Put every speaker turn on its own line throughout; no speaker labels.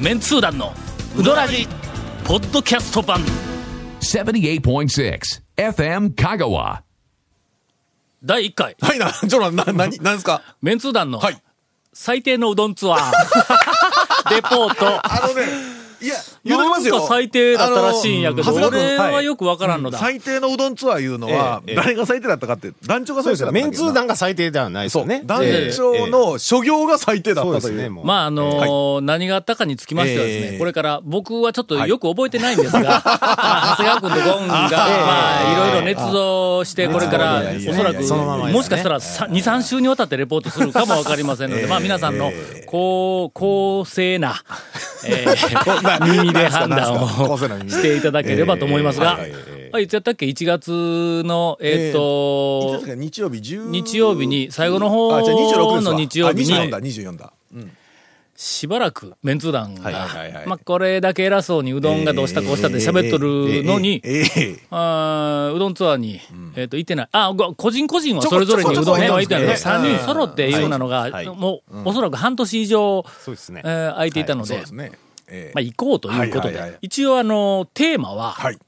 メンツー団のウドラジポッドキャスト版
78.6 FM Kagawa.
第1回
は いな、ちょっとな、な、 なに、なんですか
メンツー団の
はい。
最低のうどんツア ーレポート
あのね、いや、言うとり
な
ま
ん
すよ。
か最低だったらしいんやけど
あの長谷川
俺
君
はよくわからんのだ
最低のうどんツアーいうのは、
ええええ
誰が最低だったかって、団長が
そ
最低
うで
だっ
す
た
よ。
わけや
メン
な
ツー団が最低ではないですよね。
団
ええ
長
ええ
の所業が最低だっ
そうで
たと
す
い
ね、
う。
もう。
まああのー何があったかにつきましてはですね、
えー
これから僕はちょっとよく覚えてないんですが、まあ長谷川君とゴンが、まあ、いろいろ捏造して、これから、
あー
おそらく、
その
ままですね
もしかしたら2、3週にわたってレポートするかもわかりませんので、まあ皆さんの、こう、公正な、えー耳で判断を
公正な 耳
していただければと思いますが、
えーはいいはいはい
つやったっけ ?1 月の、えーっと
いつ、ですか日曜日10
日曜日に、最後の
あ、じゃあ
方
26です
の
わ
日曜日
あ24
に
だ、、24だ。
しばらくメンツー団が、
いはいはい
まあ、これだけ偉そうにうどんがどうしたこうしたって喋っとるのに、
ええ。
あーうどんツアーに、えっと行ってないあご個人個人はそれぞれにうどん屋は行ってないけど
ちょこちょこ
3人揃っていうようなのが、
いはい
もう、おそらく半年以上、
そうですね
えー空いていたので,、
そうですね。え
まあ、
え。
行こうということで、
はいはいはい
一応あのテーマは
はい。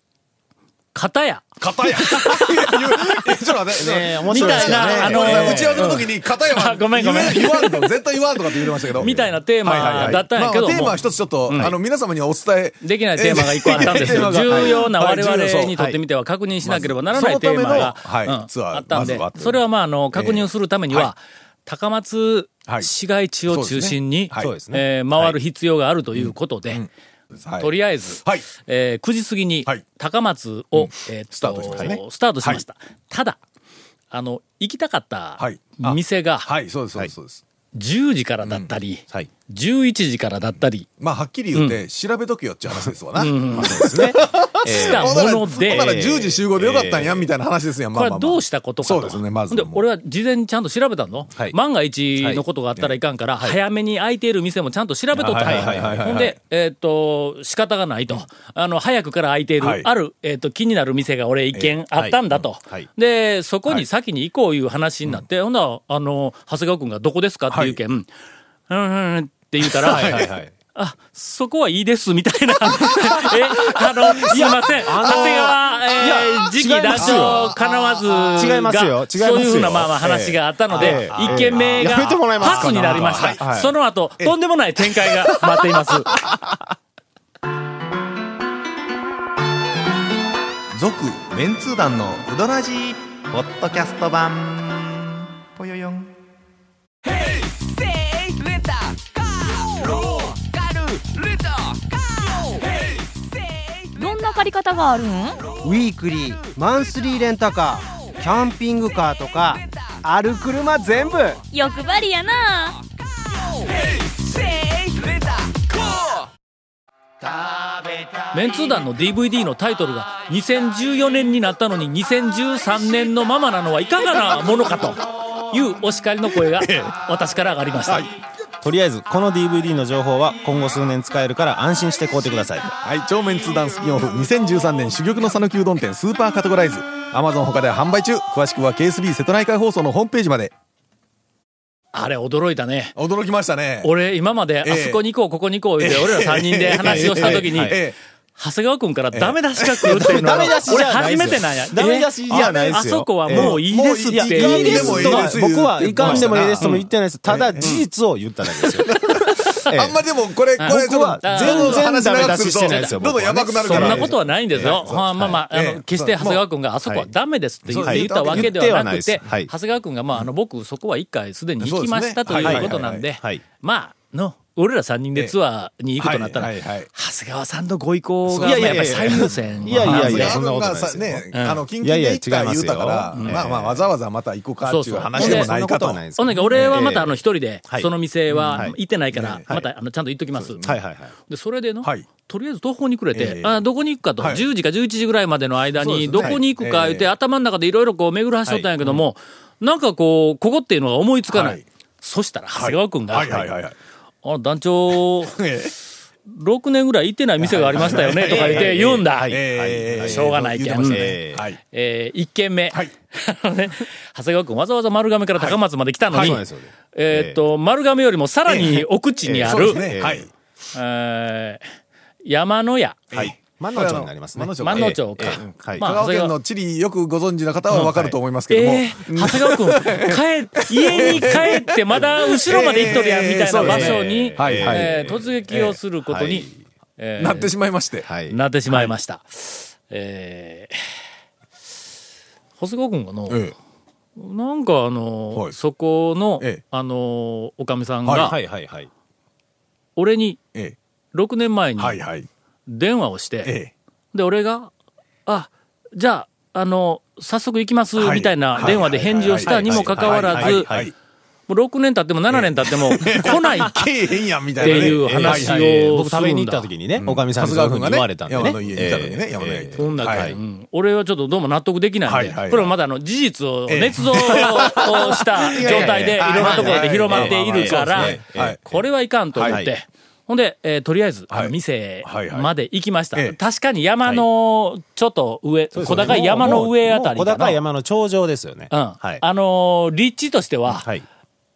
「片や
片や。いや言うえちょっと待って。
ねえ面」
み
白いで
たい
すよね。
な、あの
ごめんなさい
ー
打ち合わせの時に片山
あ ごめんごめん
言わんと絶対言わんとかって言ってましたけど
みたいなテーマ
はいはいはい
だったんやけども
まあテーマは一つちょっと、あの皆様にはお伝え
できないテーマが一個あったんです よ。
ええ
重要な我
はい重要そ
々
う
にとってみては確認しなければならないテーマ
は
が、
いそのためのはい
うん
ツアー
あったんで
まずは、
それはまあ、あの、確認をするためには、
は
高松
はい
市街地を中心に、
そうです
ねはい
えー回る必要があるということで、
はい
とりあえず、
はい
えー9時過ぎに
はい
高松を、えーっと
スタートしましたね
スタートしました。ただ、あの、行きたかった
はいあ
店が
はいそうですそうですそうです、
10時からだったり、
はい。
11時からだったり
まあはっきり言って、調べとけよっていう話ですわな、
まあそうですね。
した
ほんなら
もので、
ほんなら10時集合でよかったんや、みたいな話ですやん、ま
これ
あまあま
は
あ
どうしたことかと。
そうですねまず
で、
もう
俺は事前にちゃんと調べたの。
はい
万が一のことがあったらいかんから、早めに空いている店もちゃんと調べとったの
はいはいはいはいはい
ほんで、えーっと、仕方がないと。あの、早くから空いている、
はい
ある、えーっと、気になる店が俺一軒あったんだと。
はいはい
で、そこに先に行こういう話になって、ほんなら、あの、長谷川君がどこですかっていう件、うん、うん、うんって言うたら、
はいはいはい。
あ、そこはいいです、みた いな。え、あの、すいません。長谷川、えー、次期団長、かなわずが、
違いますよ違いますよ
そういうふうな、まあまあ話があったの
え
で
え、
一件目が、
やめてもらえますか
パスになりま
な
し
んかは
た。
い
その後、とんでもない展開が待っています。
続メンツー団のウドラジーポッドキャスト版ぽよよん
どんな借り方があるん
ウィークリーマンスリーレンタカーキャンピングカーとかある車全部
欲張りやな
メンツー団の DVD のタイトルが、2014年になったのに2013年のままなのはいかがなものかと。いうお叱りの声が 私から上がりました。
とりあえず、この DVD の情報は今後数年使えるから安心して買うてください。
はい超メンツーダンスピンオフ2013年珠玉の讃岐うどん店スーパーカテゴライズアマゾン他では販売中詳しくは KSB 瀬戸内海放送のホームページまで
あれ驚いたね。
驚きましたね
俺、今まで、
ええ
あそこに行こう、ここに行こう、言うて、俺ら3人で話をしたときに、
ええ
長谷川君からダメ出しが来るっていうのは、
ダメ出しじ
俺
ゃない
初
ですよ
めてなんや。
ダメ出しじゃないですよ
あそこはもういいですって。
ええもういいですって
と
いい
は
です
僕は
言って
いかんでもいいですとも言ってないです。ただ、事実を言っただけですよ。ええ
あんまりでもこれ、これち
僕
ょ
は
っと、
全然ダメ出ししてないです
ど
よ。
んどんやばくなる
そ
か
ん
ら。
なことはないんですよ。
ええ
まあまあまあ、あ
はい
の、決して長谷川君があそこはダメですって言って
はい
言ったわけではなく
言
て
ってはないです、はい
長谷川君が、まあ、あの、僕、そこは一回すでに行きました
そ
と
うですね
いうことなんで
はいはいはいはい、
まあ、の、俺ら3人でツアーに行くとなったら、
ええはいはいはい
長谷川さんのご意向が、
い
や
やい
っ
や
ぱ
いや
り最優先。
いやいやいや
そ
そ
ん
ん
な
な
こ
ことと
な
な
で
いいで
よ。ね、
すすよ
うん
あの、近
い
々
やいや
で行った
違い
言
ますよ
うたから、
うん
まあまあ、わざわざまた行こうかっていう話でもないかと。
そうそうそんなことはないです
ほんだけど俺はまたあの一人で
は、い
その店は
はい
行ってないから
ね、
またあのちゃんと言っときます。
はいはいはい。
で、それでの
はい、
とりあえず途方に暮れて
え、え
あどこに行くかと、
はい
10時か11時ぐらいまでの間
そうで
に、
すね
どこに行くか言って、
ええ
頭の中でいろいろこう巡るはしとったんやけども、なんかこう、ここっていうのが思いつかな
はいい。
そしたら、長谷川君が、
はいはいはいはい。
あ団長、
え
6年ぐらい行ってない店がありましたよね、とか言って言うんだ。
え
しょうがないけん
言ってました
え
ね。
え
はい。
えー、1軒目、
はい
あのね長谷川君わざわざ丸亀から高松まで来たの
はい
に、
そうなんですよね
えーっと丸亀よりもさらに奥地にあ
そう
る、
ですね。はい。
えー山野屋。
はい。万能町になりますね。
万能町
万能町か
ええええはい。
まあ
香川県の地理よくご存知の方はわかると思いますけども、
えー、長谷川君、 帰、家に帰ってまだ後ろまで行っとるやんみたいな場所に、え
えーそうですねはいはい
ー突撃をすることに、えー
なってしまいまして、
はい。
なってしまいました。えー、細川君がの、
え
なんかあの、
はい
そこの、
ええ
あの、おかみさんが、
はいはいはいはい。
俺に
ええ
6年前に
えはいはい
電話をして、
え
で、俺が、あ、じゃあ、あの、早速行きます、
はい
みたいな電話で返事をしたにもかかわら
はいはい
ず
は、いはい
もう6年経っても7年経っても来ないっ
えけえへんやんみた
て
いなね
いう話
は
を
いはい
するんだ。
僕食べに行った時にね、おかみさんに
春
そう
日
いうふう
君が
に言われたんでね。
山の家にいた時ね、山の家にいた時
そんな感じ
は
う
い
ん俺はちょっとどうも納得できないんで、
はいはいはい
これはまだあの事実を捏造をした 状態でいろんなところで広まっているか
は
ら
いはいはいはいはいはいはいはいはいはいはいはいはいはいはい
これはいかんと思っ
は
て。ほんで、えーとりあえず、
はい
あの店
はいはい
まで行きました。
ええ
確かに山のちょっと上、小高い山の上あたり
もう
か
小
な。
高い
うん
山の頂上ですよね。はい。
あのー立地としては、
はい。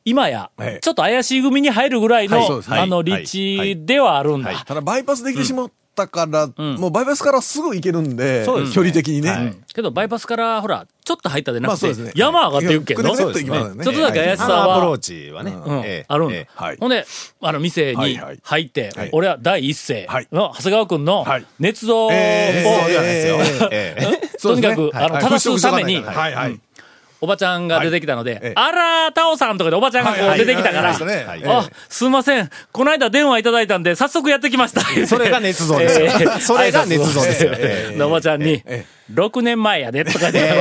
今や
ええ、
ちょっと怪しい組に入るぐらいの、
はいそうですはい
あの、立地ではあるんだ。
はいはい
ただバイパスできてしまったから、
ん
もうバイパスからすぐ行けるんで、
そうですね
距離的にね、
は
う
い
んけど、バイパスから、ほら、ちょっと入ったでな
まあ
くて、
そうですね
山上がっていくけど、
ぐね
ち
ぐねっ
ょ
と行きますね
っとだけ怪し
あ
さ
のアプロ
は
ー、チはね、
うん
ええ
あるんだ、
ええ
はい
ほんで、あの、店
はい
に
はい
入って、
はい
俺は第一声
はい
の、長谷川君の
はい、
熱造を、
えー
そうなんですよ。ええ
とにかく、あの、正すために、
はいはい。
おばちゃんが出てきたので、
ええ
あらー、タオさんとかでおばちゃんがこう出てきたから、
はいはいはい
はい
あ、すいません、この間電話いただいたんで、早速やってきま した。
それが捏造ですよそれが捏造ですよ
ええおばちゃんに、6年前やで、とかで。
ね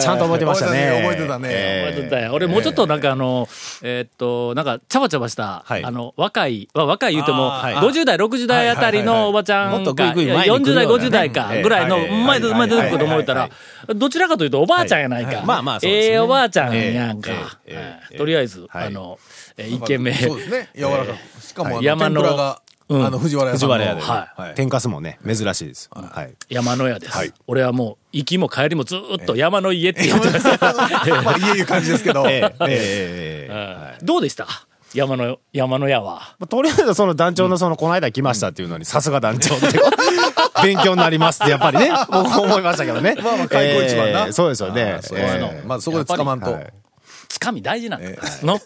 ちゃんと覚えてましたね。
覚えてたね。
え
覚えとったんや俺もうちょっとなんかあの、えーっと、なんか、ちゃばちゃばした、
はい
あの、若い、わ若い言うても、
あーはい
50代、60代あたりのおばちゃんか、
もっとグイグイ前に
40
来るような
代、
ね
50代か、ぐらいの、
はいはい
前で、前で出てくると思うた
は
ら
いは、
どちらかというとおばあちゃんやないか。
はいまあまあそうです
え
ね
えおばあちゃんやんか。
ええええ
はい
ええ
とりあえず、
はい
あの、えー一軒目。
そうですね。柔らかく。しかも、あの
山
天
の
ぷらが、
うん
あの、藤原屋
藤
さんの。
原屋でね、
は
はい
天かすもね珍しいです、はい、
山の屋です、
はい
俺はもう行きも帰りもずーっと山の家って言ってました
まあ、家いう感じですけど。
ええええええええ
うんどうでした山の山の屋は
まあとりあえずその団長のそのこの間来ましたっていうのにさすが団長って 勉強になりますってやっぱりね 僕思いましたけどね
まあまあ開口一番な
ええそうですよね
あそうですね
ええ
まあ、そこで捕まんと。
はい
つかみ大事なんだ、の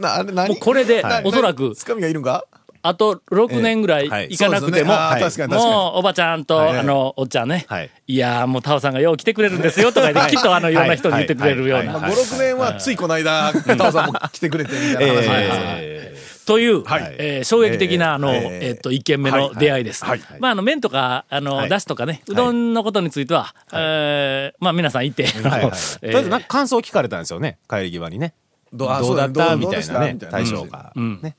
な、あれ何
もうこれで、
な
おそらく
つかみがいるんか
あと6年ぐらい
はい
行かなくても、
そうですよねあー確かに確かに
もうおばちゃんと、
い
あのおっちゃんね、
はい
い、やーもうタオさんがよう来てくれるんですよとか言ってきっとあのいろんな人に言ってくれるよう
はい
な
は
ま
い
あ
は、
5、6年はついこの間、片尾さんも来てくれてみたいな話なんですよね。
え
という、
はい
えー衝撃的な、あの、
え
え
ーえー
っと、一軒目の出会いです。
はいはい
まあ、あの、麺とか、あの、
はい
だしとかね、うどんのことについては、えーまあ、皆さん行って、
えはいはい
あの
と
えー
りあえずなんか感想聞かれたんですよね帰り際にね
ど
ど
うあ
うだっ
そ
た
う
み
どう
た
で
い
した
なね
みたいな
大将が、ね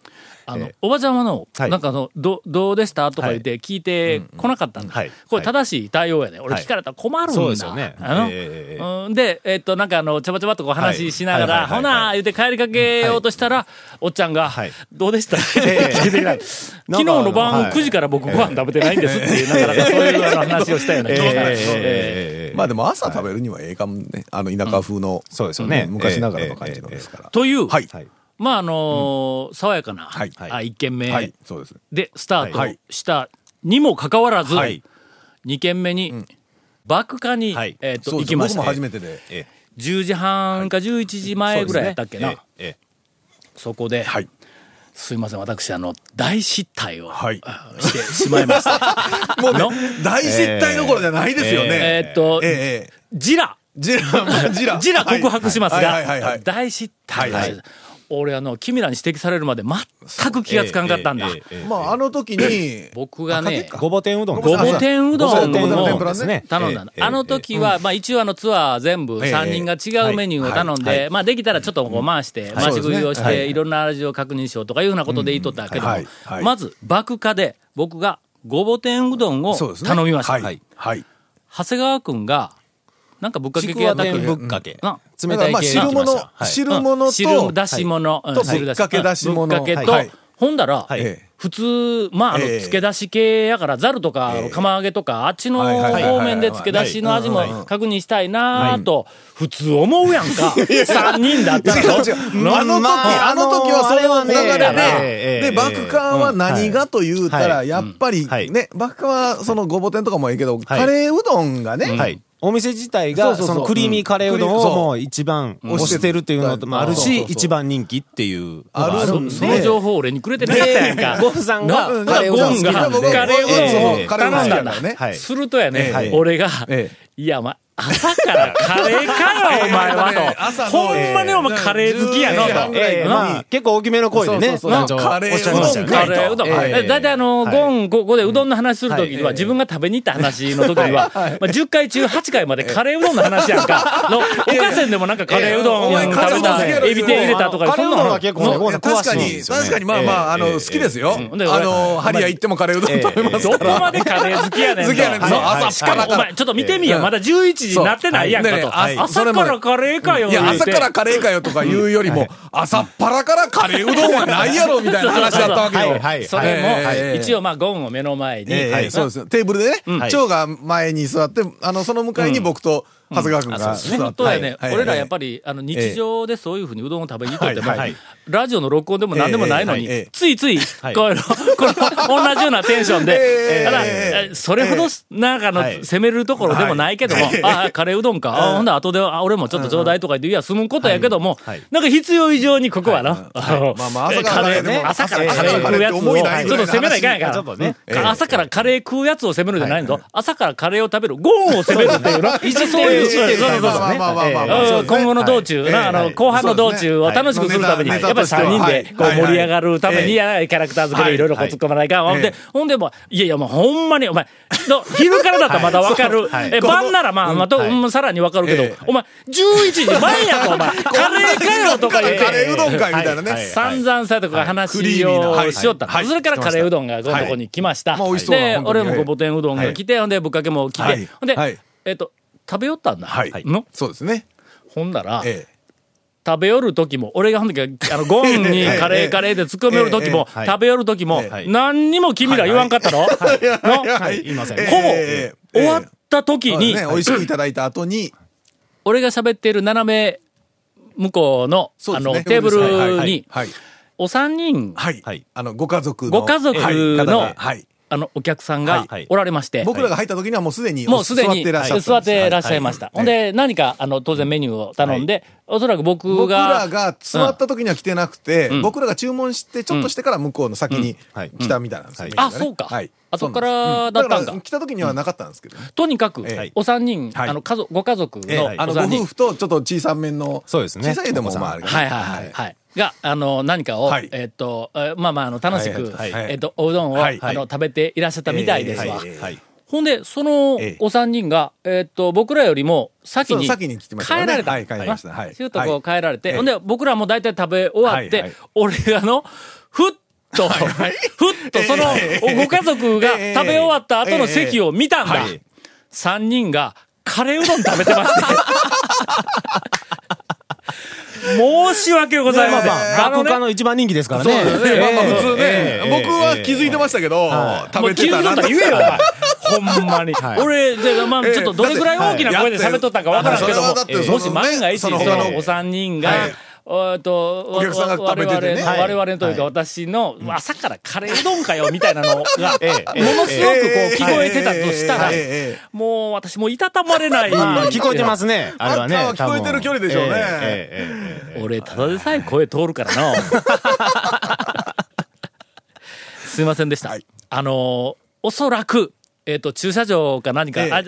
あの
えー
おばちゃまの、
はい
なんかあのど、どうでしたとか言って聞いてこなかったんだ、
はい
これ正しい対応やね。俺
はい
聞かれたら困るんだ。
そうですよね
あの
ええええ
うんで、えっと、なんかあの、ちゃばちゃばっとこう話ししながら、
はいはい
ほ
はいはい
なー言って帰りかけようとしたら、おっちゃんが、
はい
どうでした、
ええ
聞いてきた 昨日の晩9時から僕ご飯食べてないんですっていう、なんかなんかそういうあの話をしたよね。
ええええええ
ええ
ええ
まあでも朝食べるにはええかもね。あの、田舎風の。
そうですよね
ん昔ながらの感じのですから。
という、
はい。
はい
まああのー爽やかな、
はい
あ1軒目、
はい。そうです。
でスタ
は
ー
い
トしたにもかかわらず、
はい
2軒目に、バクカに、
はい
えーと
そ
行
うです
きまし
僕も
た
初めてで。
ええ
10時半か11時前ぐらいやったっけな、そ
そうですねええええ
こで、
はい。
すいません私あの大失態を、
はい。
あしてしまいました、
もうね
の、
大失態どころじゃないですよね。
えーっと、
ええええ
ジラ
ジラ、まあジラ。
ジラ告白します
はいはいはいは
が
い。
大失態です、
はいはい
俺あの君らに指摘されるまで全く気がつかんかったんだ、
ええええええ
まあ、あの時に、
僕がね
ごぼ天うどん
ごぼ天うどん
ごぼ天うど
の
んです ね
頼んだの。あの時は、まあ一応あのツアー全部
ええ
3人が違うメニューを頼ん
はいは
で、まあできたらちょっとこう回して、回し食いをし
そうですねは
て、いろんな味を確認しようとかいうふうなことで言いとったけども
はいはい、
まず爆化で僕がごぼ天うどんを
そうですね。
頼みました。
はい。はい。
長谷川くんが、なんかぶっか
ち
け
く
系や
わ
ったっけ
天ぶっかけ
な
だか
冷た
ら
い
まあ、
系
汁物、
はい
汁物
うん汁
と、
出し物、うん
と
汁
ぶっかけ出し物
ぶっかけと
はい、
ほんだら、
はい
ええ
普通、まあ、あの、
ええ
付け出し系やから、ざるとか、あの釜揚げとか、あっちの
はいはいはいはい
方面で付け出しの味も確認したいなぁと、普通思うやん か。3人だったら。
あの時、あの時はそれは流れ
あれはねええ
で、で、
ええ
爆カンは何がと言うたら、
はい
やっぱり
はい
ね、爆カンはそのごぼ天とかもいいけど、カレーうどんがね、
はい。お店自体が、
そうそう
そ
そう
のクリーミーカレーうどん
うん
をもう一番
ん
推してるっていうのもある
そうそう
し、
そう
一番人気っていう。
ある
そ
んで
その情報俺にくれてねえやんか。
ゴンさんが
な
カレーうどん
ゴンが
好きな
カレーうどん
え
を頼ん
えカレーうどん好き
だ
だ
ん
か
だ
らね
はい
するとやね、
ええ
俺が、
え
いや、お前、朝からカレーかよ、お前はと。
朝の
ほんまにお前カレー好きやのと。
ええ
ええ、まあ、結構大きめの声でね、
そうそうそう
団長は
カレー
おっしゃいましたよ
うどん
カ
か
ね。
レーうどん。
ええ
だいたいあの、
はい
ゴン、ここでうどんの話するときには、自分が食べに行った話のときには、まあ10回中8回までカレーうどんの話やんか。の、おかせんでもなんかカレーうどん
ええお前カ
食べ
レーうどん好
た、
きやろ
エビ天入れたとか、
カ
そ
レー
んな
うどんは
の。
結構ね、ゴンさん詳
確
しい
か
ん
に、
ですよね。
確かに、まあまあ、あ
え
の、
え
好きですよ。
う
あ
んで俺
の、ハリア行ってもカレーうどん食べます
ど
から。
こまでカレー好きやねんと。
好きやねんそう
はい
朝から
しもお前、ちょっと見てみや、
うん
まだ11時になってないやんか
そう
と。
はいねえねえあ
朝からカレーかよ。
いや、
言うて
朝からカレーかよとか言うよりも、朝っぱらからカレーうどんはないやろみたいな話だったわけ
はい、
よ。
はい、
そ
はい。
れも、
はい
はい一応まあ、ゴンを目の前に、
ええそうですよテーブルでね、長が前に座って、あの、その向かいに僕と長谷川君が座
本
って。
当やね、
はい
俺らやっ
り。
ぱり、あの日常でそういうふうにうどんを食べに行っとっても、
はいはい
ラジオの録音でも何でもないのに、
ええええ
ついつい、
い
こういうの、この同じようなテンションで、
ええ
ただ
え
えそれほど、なんかの、
はい
攻めるところでもないけども、ああ、カレーうどんか、あほんで後であ俺もちょっとちょうだいとか言って、いや、済むことやけども、
はいはい
なんか必要以上にここはな、あの
まあまあ朝から
カレー
ねでも
朝から
朝
カ
か
レー食う
ら
やつを、
カレーって思いない
ちょっと
ぐらいの話
攻めないかんやから、
ちょっとね
うん朝からカレー食うやつを責めるんじゃないんぞ、朝からカレーを食べる、ゴーンを責めるっていうな、一応そういう、そうそうそう
まあまあまあまあまあ
うん今後の道中、
はい
なあ
は
の
い
後半の道中を楽しくするために、
は
や
い
っぱり3人でこう
はい
盛り上がるために、やキャラクター付けでいろいろこう突っ込まないかん、ほんで、ほんでもう、いやいや、もうほんまに、お前、の昼からだったらまだわかる、
はい
え晩ならまあ、まあとうんさらにわかるけど、
ええ
お前、11時前やと、お前、カレーかよとか言っ
カレ
て。
ーうどんかいみたいなね。
はい
散々さとか
クリ
話
ーミーなは
を
い
しよったの、
はい
それからカレーうどんがこのとこに来ました、
まあ美味しそうな
で
本当に
俺もごぼ天うどんが来て、ほんでぶっかけも来て、
はい
ほんで、
はい
えっと食べよったんだ、
はい
の
そうですね。
ほんなら、
え
食べよる時も、俺がほんときあの、ゴンに
ええ
カレーカレーで突っ込めよる時も、
ええええ
食べよる時も
え、
え
何にも君ら言わんかったろ、の
はい、いません。
え。
ほぼ
ええ
終わった時に、
ね、美味しくいただいた後に、
俺が喋っている斜め向こうの、
そう
あ
ですね
の、テーブ
はい
ル
は
に
い、はい。
お三人、
はい。
はい
あの、ご家族の。
ご家族の
はい方がはい。
あの、お客さん
は
が
いはい
おられまして、
僕らが入った時にはもうすでに、
もうすでに
座ってらっしゃったんです
座ってらっしゃいました。ほんで、何か、あの、当然メニューを頼んで、おそらく僕が、
僕らが座った時には来てなくて、
ん
僕らが注文してちょっとしてから向こうの先に
うん
来たみたいなんですよ、
うん
ね
あ、そうか。
はい、
後か
そう
ら
な
だ
ん
ったん
ですだか。
から
来た時にはなかったんですけどね、
とにかく
ええ、
お三人、
はい
あの、家族、ご家族
ええ
の
はい
あ
お
の
三
ご
人
夫。婦とちょっと小さめの
そうですね
小さいでもまああれ
はいはいはい。はいが、あの、何かを、
はい
えっと、えまあまあ、あの、楽しく、
はいはい
えっと、おうどんを、
はい
あの、食べていらっしゃったみたいですわ。
ええ
はい。
ほんで、その
ええ
お三人が、えーっと、僕らよりも先
そ
に
う先に来てましたね
帰られた。
はい帰りましたはい
シュートこう帰られて、
はい
ほんで、僕らも大体食べ終わって、
はいはい
俺がの、ふっと、ふっとそのご家族が
ええ
食べ終わった後の席を見たんだ。
はい
三人がカレーうどん食べてま して。申し訳ございません。あの
落語
ね
家の一番人気ですからね。
そうですね、
ええ
まあまあ普通ね、
ええええ
僕は気づいてましたけど、食
もう
べてたな
と言えよ、お前。ほんまに。俺、じゃあまあ、
ええ
ちょっとどれぐらい大きな声で喋っとったかわからんけども
だってだって、
もし万が一、そ
そ
の
の
お三人が
はい、
えっと、
お客さんが食べててね
我々
はい
我々というか私の、朝からカレーうどんかよ、みたいなの が、
ええええ
ものすごくこう聞こえてたとしたら
ええええええええ、
もう私もいたたまれない。
まあ聞こえてますね。あれはね。
あんたは聞こえてる距離でしょうね
多分ええええええええ
俺、ただでさえ声通るから な。すいませんでした。あのーおそらく、えっ、と、駐車場か何か、
ええ
ああ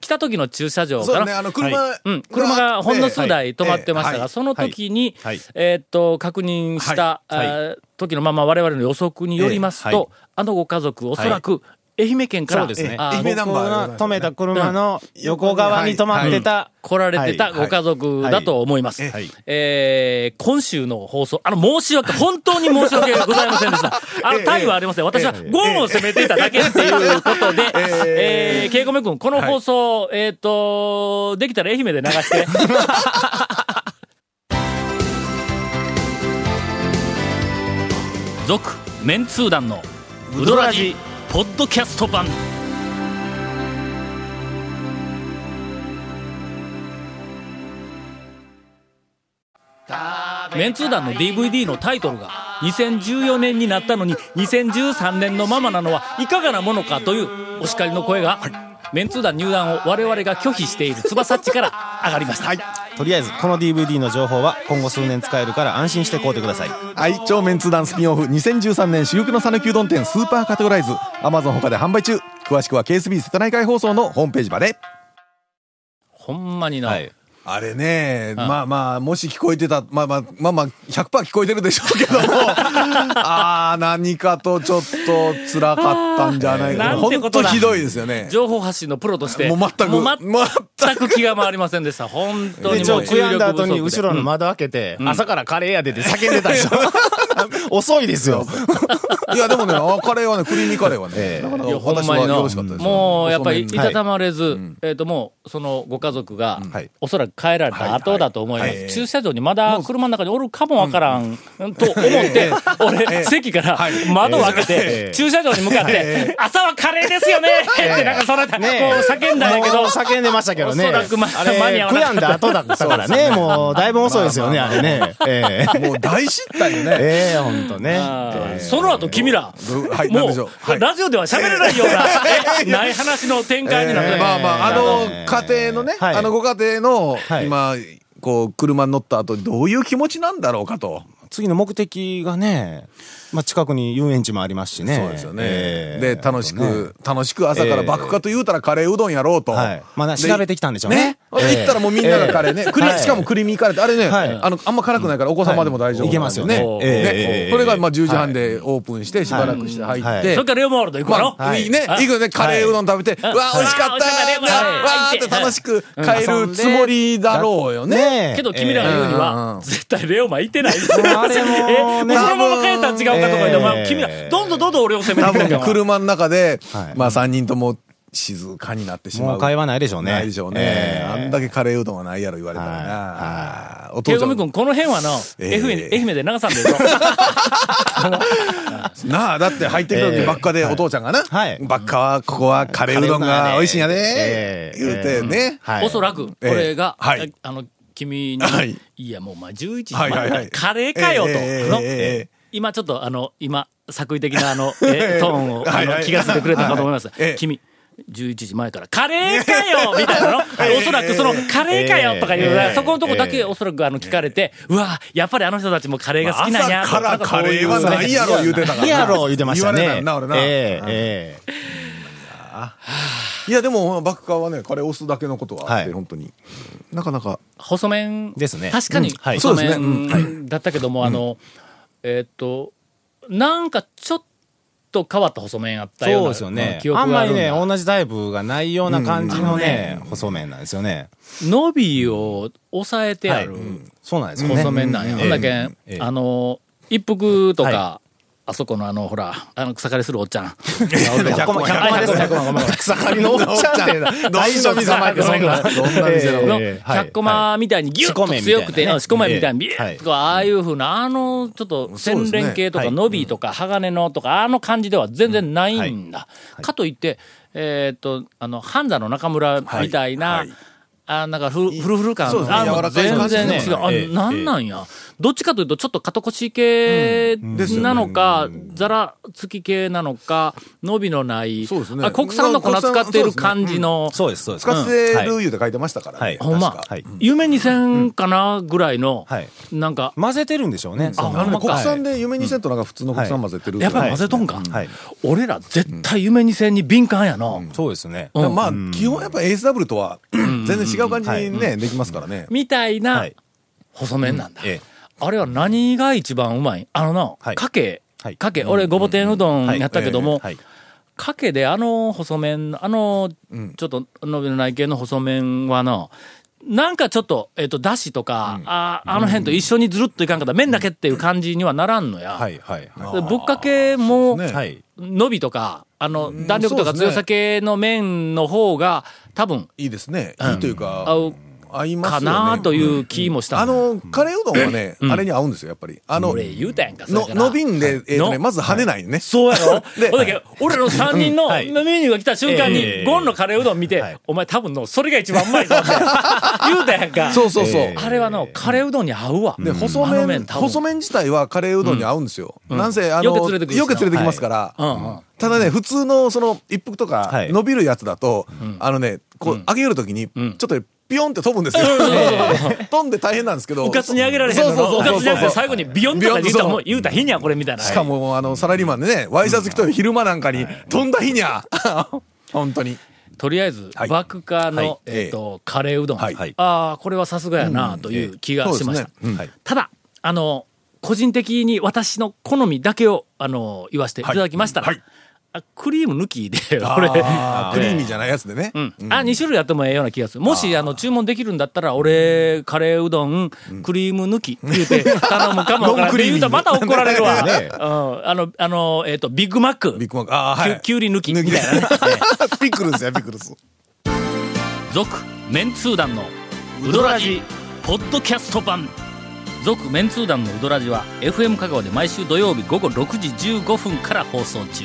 来た時の駐車場
そ
か
う
な。
ねあの車、
うん、車がほんの数台
ええ
止まってましたが、
はい
その時に、
はい
えーっと、確認した、
はい
あー時のまま我々の予測によりますと、
ええはい
あのご家族、おそらく、愛媛県から、
そうですね
あー
愛媛ナンバー
僕の止めた車の横側に止まってた。
来られてた
はい
ご家族だと思います。
はいはい
えー今週の放送、あの、申し訳、本当に申し訳ございませんでした。あの、対はありません。私はゴンを攻めていただけっていうことで、えー、ケイコメ君、この放送、えっ、と、できたら愛媛で流して。続、メンツー団の、ウドラジポッドキャスト版メンツー団の DVD のタイトルが2014年になったのに2013年のままなのはいかがなものかというお叱りの声が、メンツー団入団を我々が拒否している翼っちから上がりました、
とりあえずこの DVD の情報は今後数年使えるから安心して買うてください
愛鳥メンツ団スピンオフ2013年珠玉の讃岐うどん店スーパーカテゴライズ Amazon 他で販売中詳しくは KSB 瀬戸内海放送のホームページまで
ほんまにな、
はい
あれね、まあまあ、もし聞こえてた、まあまあ、まあまあ、100%聞こえてるでしょう けども、ああ、何かとちょっと辛かったんじゃないかな。
なんて
本
こと
当
だ
ひどいですよね。
情報発信のプロとして
もう全く
もう全く気が回りませんでした本当
で
に
ち
も
ょ
う
悔やんだ後に
注力不足で
後ろの窓開けて、朝からカレーやでって叫んでたでしょ遅いですよ
いや、でもね、あカレーはね、クリーミーカレーはね、
ええ
なかないか
やほん
私
ま
は
に
よ
の
ろしかったですよ
もうやっぱりい
細麺
たたまれず、えっ、ともうそのご家族が、
はい
おそらく帰られた後だと思います、
はい
駐車場にまだ車の中におるかもわからん、と思って、俺、席から窓を開けて、
ええ
駐車場に向かって、朝はカレーですよねってなんかそれ、こう叫んだんやけど
もう叫んでましたけどね
おそらくま
あれ
間に合わ
悔
なか
や
った
んだ後だったからねもうだいぶ遅いですよねあれねええ
もう大失態でね。
ええほんとね
あー
ええ
その後君ら、
どはいなん
も
でしょ
う
う、はい
ラジオでは喋れないような、えない話の展開になって、
ええまあまあ、あ
ええ
の、家庭のね、
はい
あのご家庭の、
はい
今、こう、車に乗った後、どういう気持ちなんだろうかと。
次の目的がね、まあ、近くに遊園地もありますしね
そうですよね。
ええ
で、楽し
ほんとね
く、楽しく朝から
ええ
爆破と言うたらカレーうどんやろうと。
はいまあな
で
調べてきたんでしょうね
ほんで
ええ
行ったらもうみんながカレーね。クリ
はい
しかもクリーミーカレーって、あれね、
はい
あの、あんま辛くないからお子様でも大丈夫なんで。
いけますよね
ね
ええええ
ねそれがまあ10時半でオープンして、しばらくして入
は
っ
いはい
て
それ。からレオモールド行く
ま
わろ、
あ、
はい
いいね、
はい
いくね、カレーうどん食べて、うわ、美味しかった
はい
ーな
はい
わーって楽しく帰るつもりだろうよね。
ねえ
けど君らが言うに
うんうん
は
う、ん
絶対レオマい てない。 え、
あれもね
もうそのまま帰ったら違うかとか言って、
多分
まあ君ら、どんどんどんどん俺を責め
多
てくる
分
から。
車の中で、
はい
まあ3人とも静かになってしまう。
もう会話ないでしょうね
ないでしょうね。
ええ
あんだけカレーうどんはないやろ言われたらな。あーお
ケ
父
イ
ち
ゴ
ゃ
ミ
ん
君、この辺はの、
ええ
愛媛愛媛で流さん でいこう
なあ、だって入ってくる時ばっかでお父ちゃんがな、
はい
ばっかはここはカレーうどんが美味しいんやで
え、え
言うてね。
はい
おそらく、これが、
ええはい
あの、君に、
はい
い、や、もう、まあ、11時、
はいはいはい
まあカレーかよと、
ええええ
の
ええ
今ちょっと、あの、今、作為的な、あ の、えトーンを、あ
はい
の
はい
気がついてくれたかと思います。
ええ
君、11時前 から、カレーかよみたいなの、おそらくその、カレーかよとかいう、
ええ
そこのとこだけ、おそらく、あの、聞かれて、うわ、やっぱりあの人たちもカレーが好きなんや、
朝から
とか
カレーは
なんかそういう
ないやろ言うてたからな。
いやろ言ってましたね。
言われたよな、俺な。
ええええ
いや、でも、バッカーはね、カレー押すだけのことはあっ
は
て、
い
本当に。なかなか。
細麺
ですね
確かに
うんはい
細
そうですねうん
麺だったけども、あのえーっとなんかちょっと変わった細麺あったよう
そう
な
ですよね
記。憶
あん
が
ま
ある
り
ん
ね、
だ
同じタイプがないような感じのね、細麺なんですよね。
伸びを抑えてある
うんそうなんですよね。
細麺なんや、
う
ほんだけん、
ええ
あの一服とか、
は
あそこのあのほらあの草刈りするおっちゃん
100個も100個もです100個もごめん草刈りのおっちゃんって、 大丈夫様ってそんな。
どんな店なの
の
ええはい
100コマみたいにギュッと強くて、うん四
四股
股
麺
麺み
み
た
た
いにビュッ
いなねええ
とか、ああいうふうな、あの、ちょっと洗練系と
そう
か、
ですねはい
伸びとか、鋼のとか、あの感じでは全然ないんだ。かといって、えーっと、あの、半座の中村みたいな、あなんかフルフルフル感
そうですね
あもう
柔らかい
全
感じ
然
ね
違う。あ、
ええ
なんなんや。どっちかというと、ちょっと肩こし系なのか、ざらつき系なのか、伸びのない、
そうですね
あ国産の粉使ってる感じの、
そうです、そうです。
使って
うんはい
る言うて書いてましたからね。
はい
ほんま
確か、
はい
夢にせんかなぐらいの、
はい
なんか、
混ぜてるんでしょうね。その
ほんまか
国産で夢にせんとなんか普通の国産混ぜてる。
やっぱり混ぜとんか、
はい
俺ら絶対夢にせんに敏感やの、
そうですね。
だからまあ、基本やっぱ ASW とは全然違う感じにね、できますからね。
みたいな
はい
細麺なんだ、
ええ
あれは何が一番うまいあのな、
はい
かけ
はい
かけ、俺ごぼ天うどんやったけども、
はい。
かけであの細麺あのちょっと伸びのない系の細麺はのなんかちょっと、えっ、と、だしとか、あ、あの辺と一緒にずるっといかんかったら、麺だけっていう感じにはならんのや。
はい、はい。
で
は
ぶっかけも、
ね
いはい。
伸びとか、あの、弾力と
そ
か
うですね
強さ系の麺の方が、多分、
いいですね。いいというか、
合う
合いますよ
か
ね
なという気もした
あ
の
のカレーうどんはね、あれに合うんですよやっぱりあの
俺言うたやんかそれ
の
から
伸びんで、えーとね、
の
まず跳ねないね、
そうや ろ
で
ほんだけ俺らの3人のメ
い
ニューが来た瞬間
え
に、
え
ゴンのカレーうどん見
は
て
い、
お前多分の、それが一番うまいぞ って言うたやんか。
そうそうそう、
え
あれはの、カレーうどんに合うわ。
で細
あの
麺
麺多分
細麺自体はカレーうどんに合うんですよ、なんせあの
よく連れてくるしな
よく連れてきますから、
うんうん
ただね普通のその一服とか
はい
伸びるやつだと、あのねこう、上げるときにちょっとピヨンって飛ぶんですよ、 飛んで大変なんですけど
うかつに上げられへんの
そ
の、
う
う
そ
か
うそ
つに
うそ
上
う
げて最後にビヨンとか言うたら、
ビヨンとそう
もう言うたらへんやん、これみたいな。
しかもあのサラリーマンでねワイシャツ着と昼間なんかに飛んだ日にゃ 本当に
とりあえず、
はい
バクカー
はい
の、えっと、カレーうどん。
はい
ああ、これはさすがやな、という気がしまし
そ
た
うですねうん。
はい
ただ、あの、個人的に私の好みだけを、あの、言わせていただきましたら
はいはい、
あクリーム抜きで、 俺、
あークリーミーじゃないやつでね、
うんあ2種類あってもええような気がするもしあの注文できるんだったら俺カレーうどんクリーム抜きって言うて頼むかもわからんって言うとまた怒られる わ、
ね
うん、あのあのえっ、とビッグマック
ビッグマックああは
きゅ
い
きゅうり抜き
抜
み
き
たいなね
ピックルスやピックルス
続メンツー団のウドラジポッドキャスト版続メンツー団のウドラジは FM 香川で毎週土曜日午後6時15分から放送中